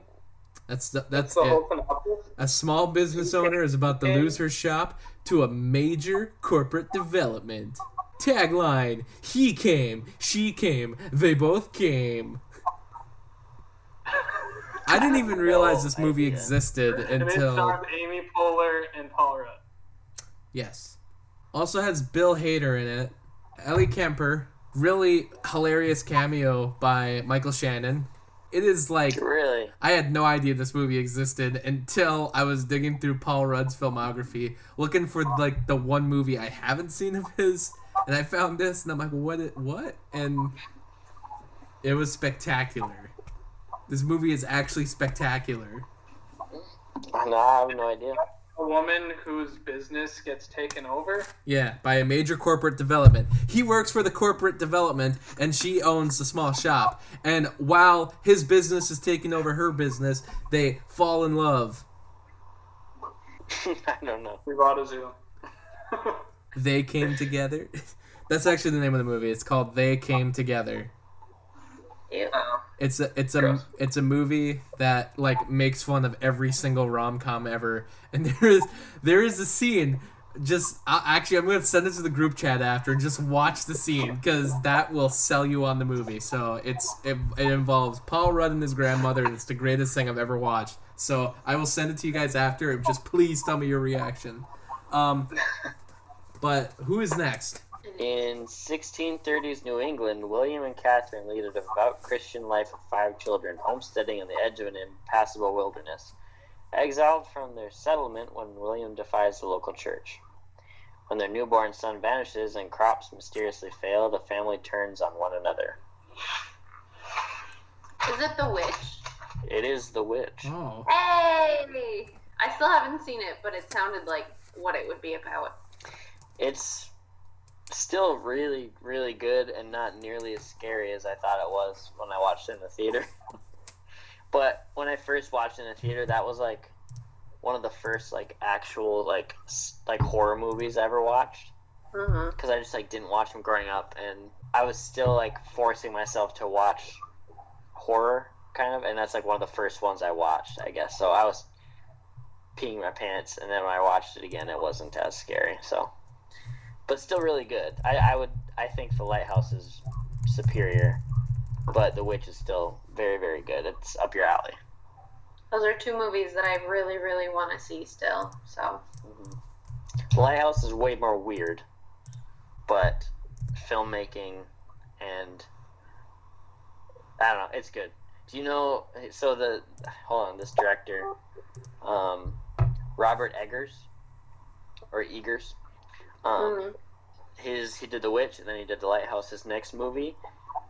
That's the, that's
That's the
it.
whole synopsis.
A small business owner is about to lose her shop to a major corporate development. Tagline He came, she came, they both came. I didn't even realize this
No
movie
idea.
existed
And it
until.
stars Amy Poehler and Paul Rudd.
Yes. Also has Bill Hader in it, Ellie Kemper, really hilarious cameo by Michael Shannon. It is like
Really?
I had no idea this movie existed until I was digging through Paul Rudd's filmography, looking for like the one movie I haven't seen of his, and I found this, and I'm like, what? It, what? And it was spectacular. This movie is actually spectacular.
No, I have no idea.
A woman whose business gets taken over.
Yeah, by a major corporate development. He works for the corporate development and she owns the small shop. And while his business is taking over her business, they fall in love.
I don't know.
We bought a zoo.
They Came Together. That's actually the name of the movie. It's called They Came Together.
Ew.
Uh,
It's a it's a
Gross.
it's a movie that like makes fun of every single rom com ever, and there is there is a scene. Just I actually, I'm gonna send this to the group chat after. Just watch the scene because that will sell you on the movie. So it's it, it involves Paul Rudd and his grandmother, and it's the greatest thing I've ever watched. So I will send it to you guys after. Just please tell me your reaction. Um, but who is next?
In 1630s New England, William and Catherine lead a devout Christian life of five children, homesteading on the edge of an impassable wilderness. Exiled from their settlement when William defies the local church. When their newborn son vanishes and crops mysteriously fail, the family turns on one another.
Is it The Witch?
It is the witch.
Oh,
Hey! I still haven't seen it, but it sounded like what it would be about.
It's still really, really good and not nearly as scary as I thought it was when I watched it in the theater. but when I first watched it in the theater, that was like one of the first like actual like s- like horror movies I ever watched
Mm-hmm.
because I just like didn't watch them growing up, and I was still like forcing myself to watch horror kind of, and that's like one of the first ones I watched, I guess. So I was peeing my pants, and then when I watched it again, it wasn't as scary. So, but still really good. I, I would, I think the Lighthouse is superior, but The Witch is still very, very good. It's up your alley.
Those are two movies that I really, really want to see still. So
The Lighthouse is way more weird, but filmmaking and I don't know, it's good. Do you know? So the hold on, this director, um, Robert Eggers or Eggers, um,
mm,
his he did The Witch and then he did The Lighthouse. His next movie,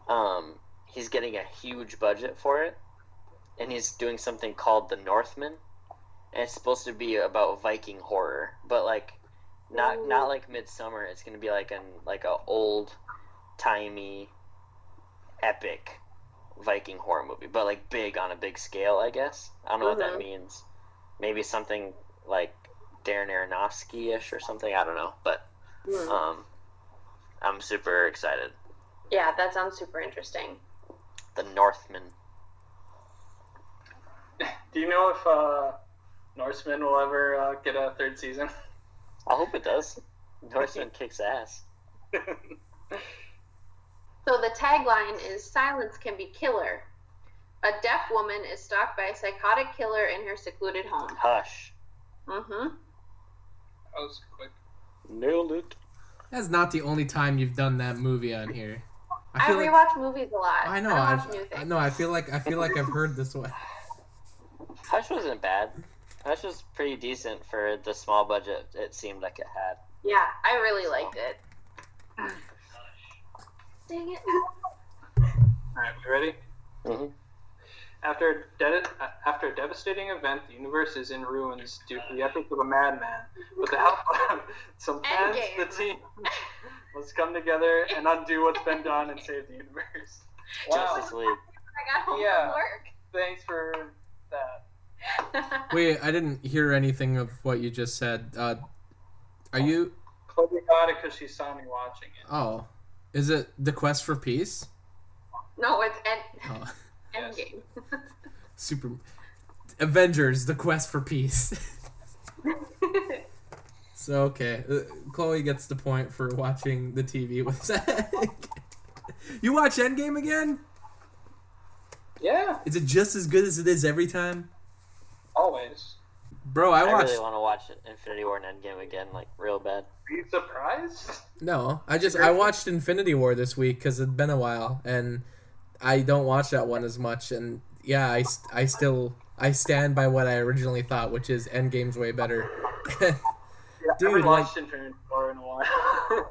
um, he's getting a huge budget for it, and he's doing something called The Northman, and it's supposed to be about Viking horror, but like not
Ooh.
not like Midsummer. It's gonna be like an like a old timey epic Viking horror movie, but like big on a big scale. I guess I don't know what
Mhm.
that means. Maybe something like Darren Aronofsky ish or something. I don't know, but
Mm-hmm.
mm.
um, I'm super excited.
yeah, that sounds super interesting.
The Northman.
do you know if uh, Norseman will ever uh, get a third season?
I hope it does. Northman kicks ass.
So the tagline is "Silence can be killer." A deaf woman is stalked by a psychotic killer in her secluded home.
Hush.
Mm-hmm.
That was quick.
Nailed it.
that's not the only time you've done that movie on here.
I,
like-
rewatch movies a lot.
I know.
I don't
I,
watch new
I
things.
know. I feel like I feel like I've heard this one.
Hush wasn't bad. Hush was pretty decent for the small budget it seemed like it had.
Yeah, I really liked it. Dang it!
All right, we ready?
Mhm.
Mm-hmm. After, de- after a devastating event, the universe is in ruins due to the efforts of a madman. With the help of some fans, the
Endgame.
team must come together and undo what's been done and save the universe. Wow.
Justice League.
I got home
Yeah.
from
Thanks for that.
work.
Wait, I didn't hear anything of what you just said. Uh, are you?
Chloe got it because she saw me watching it.
Oh, is it the quest for peace?
no, it's end-
Oh,
Yes.
Endgame.
super. Avengers: The Quest for Peace. so okay, uh, Chloe gets the point for watching the TV with Zach. you watch Endgame again?
Yeah,
Is it just as good as it is every time?
always.
Bro, I
I,
watched.
really want to watch Infinity War and Endgame again, like real bad.
Are you surprised?
No, I just I watched Infinity War this week because it's been a while, and I don't watch that one as much. And yeah, I, st- I still I stand by what I originally thought, which is Endgame's way better.
Yeah, I
Dude,
haven't watched Infinity War in a while.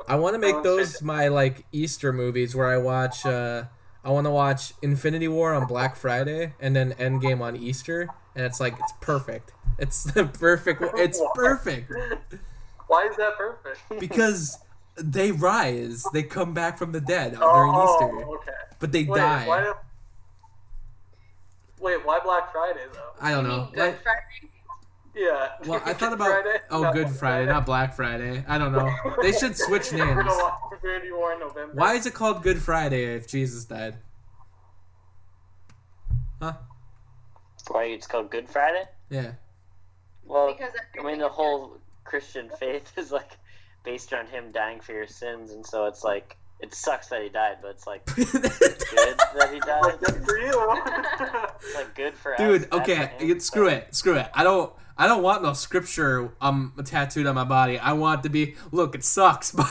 I want to
Oh,
make
shit.
those my like Easter movies where I watch. Uh, I want to watch Infinity War on Black Friday and then Endgame on Easter, and it's like it's perfect. It's the perfect. It's perfect.
Why is that perfect?
because they rise, they come back from the dead
oh,
during Easter,
okay.
but they
Wait,
die.
why? Wait, why Black Friday though?
I don't know.
Good
Like,
Friday.
Yeah.
well, I thought
Good
about
Friday?
oh,
Not
Good
Black
Friday, not Black Friday. I don't know. They should switch
We're
names.
gonna watch Infinity War in November.
Why is it called Good Friday if Jesus died? Huh?
Why it's called Good Friday?
Yeah.
Well,
Because
I mean,
everything
the
is
whole Christian faith is like based on him dying for your sins, and so it's like it sucks that he died, but it's like good that he died.
Like, good for you.
It's like good for us.
Dude,
bad
okay,
for him,
it, screw it, screw it. I don't, I don't want no scripture um tattooed on my body. I want to be. Look, it sucks, but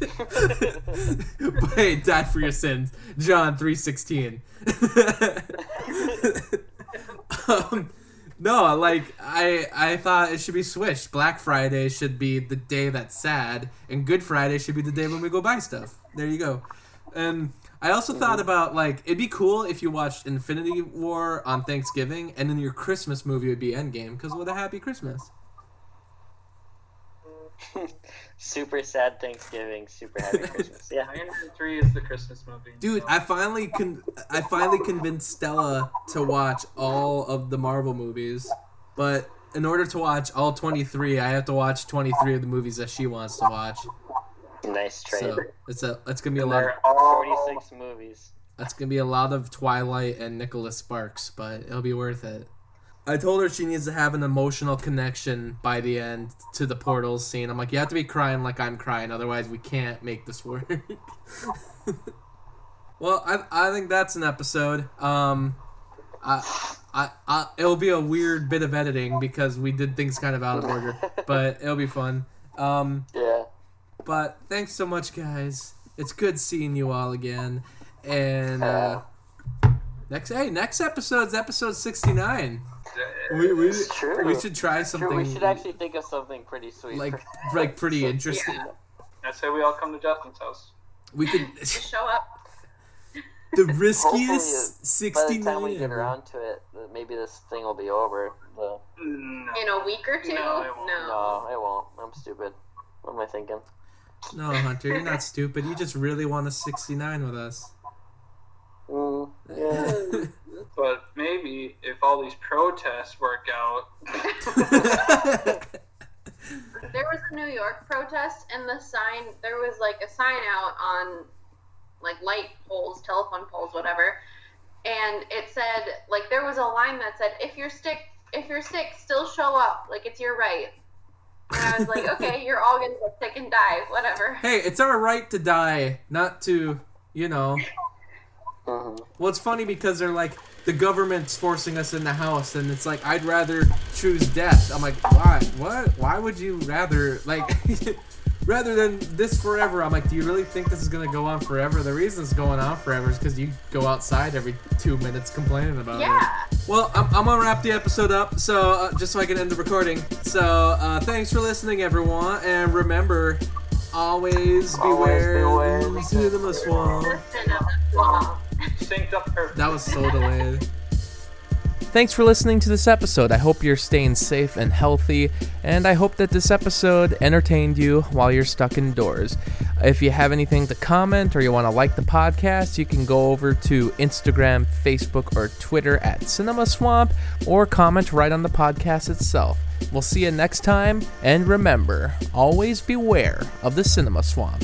but hey, died for your sins, John three sixteen. um, no, like I, I thought it should be swished. Black Friday should be the day that's sad, and Good Friday should be the day when we go buy stuff. There you go. And I also thought about like it'd be cool if you watched Infinity War on Thanksgiving, and then your Christmas movie would be Endgame, because what a happy Christmas.
Super sad Thanksgiving, super happy Christmas. Yeah.
Iron Man 3 is the Christmas movie.
Dude, I finally con- I finally convinced Stella to watch all of the Marvel movies, but in order to watch all 23, I have to watch 23 of the movies that she wants to watch.
Nice trade.
So it's a it's gonna be a lot. Of,
they're all
46 movies.
it's gonna be a lot of Twilight and Nicholas Sparks, but it'll be worth it. I told her she needs to have an emotional connection by the end to the portals scene. I'm like, you have to be crying like I'm crying, otherwise we can't make this work. well, I, I think that's an episode. Um, I, I, I, it'll be a weird bit of editing because we did things kind of out of order, but it'll be fun. Um,
Yeah.
but thanks so much, guys. It's good seeing you all again. And uh, next, hey, next episode's episode sixty nine. We, we,
It's true.
we should try
True,
something
we should actually think of something pretty sweet.
like
for-
like pretty interesting.
I say we all come to Justin's house.
We could
Just show up.
the
Hopefully,
riskiest
By
sixty
the time we
nine.
get
ever.
around to it, th- maybe this thing will be over. The,
No.
In a week or two?
No, it won't.
no, it won't. I'm stupid. What am I thinking?
No, Hunter, you're not stupid. You just really want a sixty nine with us.
Mm, yeah.
But maybe if all these protests work out,
There was a New York protest, and the sign there was like a sign out on like light poles, telephone poles, whatever, and it said like there was a line that said if you're sick, if you're sick, still show up, like it's your right. And I was like, okay, you're all gonna get sick and die, whatever.
hey, it's our right to die, not to you know.
Mhm.
Well, it's funny because they're like the government's forcing us in the house, and it's like I'd rather choose death. I'm like, why? What? Why would you rather like? Rather than this forever, I'm like, do you really think this is gonna go on forever? The reason it's going on forever is because you go outside every two minutes complaining
Oh,
about it.
Yeah.
Well, I'm, I'm gonna wrap the episode up, so uh, just so I can end the recording. So uh, thanks for listening, everyone, and remember, always beware,
beware
the loose venomous one.
Listen up, wall.
synced up perfect.
That was so delayed. Thanks for listening to this episode. I hope you're staying safe and healthy, and I hope that this episode entertained you while you're stuck indoors. If you have anything to comment or you want to like the podcast, you can go over to Instagram, Facebook, or Twitter at Cinema Swamp or comment right on the podcast itself. We'll see you next time, and remember always beware of the Cinema Swamp.